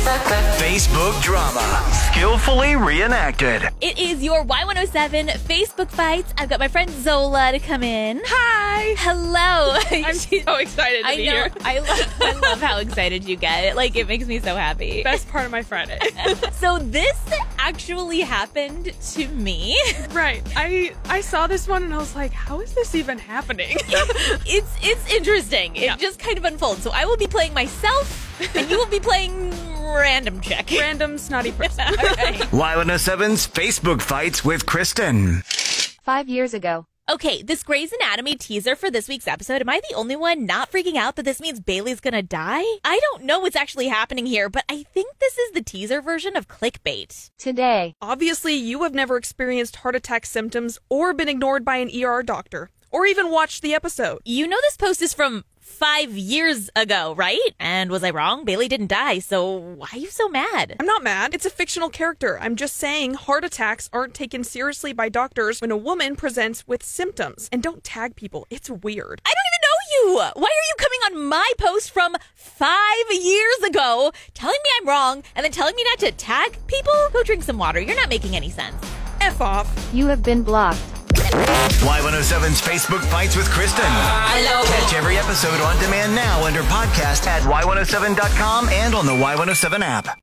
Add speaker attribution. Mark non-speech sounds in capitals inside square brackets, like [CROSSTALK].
Speaker 1: Facebook drama, skillfully reenacted.
Speaker 2: It is your Y107 Facebook fights. I've got my friend Zola to come in.
Speaker 3: Hi.
Speaker 2: Hello. [LAUGHS]
Speaker 3: [LAUGHS] I'm so excited to
Speaker 2: I
Speaker 3: be
Speaker 2: know.
Speaker 3: here.
Speaker 2: I love. I love how excited you get. It like it makes me so happy.
Speaker 3: Best part of my [LAUGHS] Friday.
Speaker 2: So this actually happened to
Speaker 3: [LAUGHS]
Speaker 2: me.
Speaker 3: right. I I saw this one and I was like, how is this even happening?
Speaker 2: It's it's interesting. It
Speaker 3: Yeah.
Speaker 2: just kind of unfolds. So I will be playing myself, and you will be playing random check.
Speaker 3: Random snotty
Speaker 2: [LAUGHS]
Speaker 3: person.
Speaker 1: Y107's Facebook fights with Kristen.
Speaker 4: Five years ago.
Speaker 2: Okay, this Grey's Anatomy teaser for this week's episode. Am I the only one not freaking out that this means Bailey's gonna die? I don't know what's actually happening here, but I think this is the teaser version of clickbait.
Speaker 4: Today.
Speaker 3: [LAUGHS] Obviously, you have never experienced heart attack symptoms or been ignored by an ER doctor or even watched the episode.
Speaker 2: You know, this post is from five years ago, right? And was I wrong? Bailey didn't die, so why are you so mad?
Speaker 3: I'm not mad. It's a fictional character. I'm just saying heart attacks aren't taken seriously by doctors when a woman presents with symptoms. And don't tag people. It's weird.
Speaker 2: I don't even know you! Why are you coming on my post from five years ago, telling me I'm wrong, and then telling me not to tag people? Go drink some water. You're not making any sense.
Speaker 3: F off.
Speaker 4: You have been blocked.
Speaker 1: Y107's Facebook fights with Kristen. Catch every oh episode on demand now under podcast at y107.com and on the Y107 app.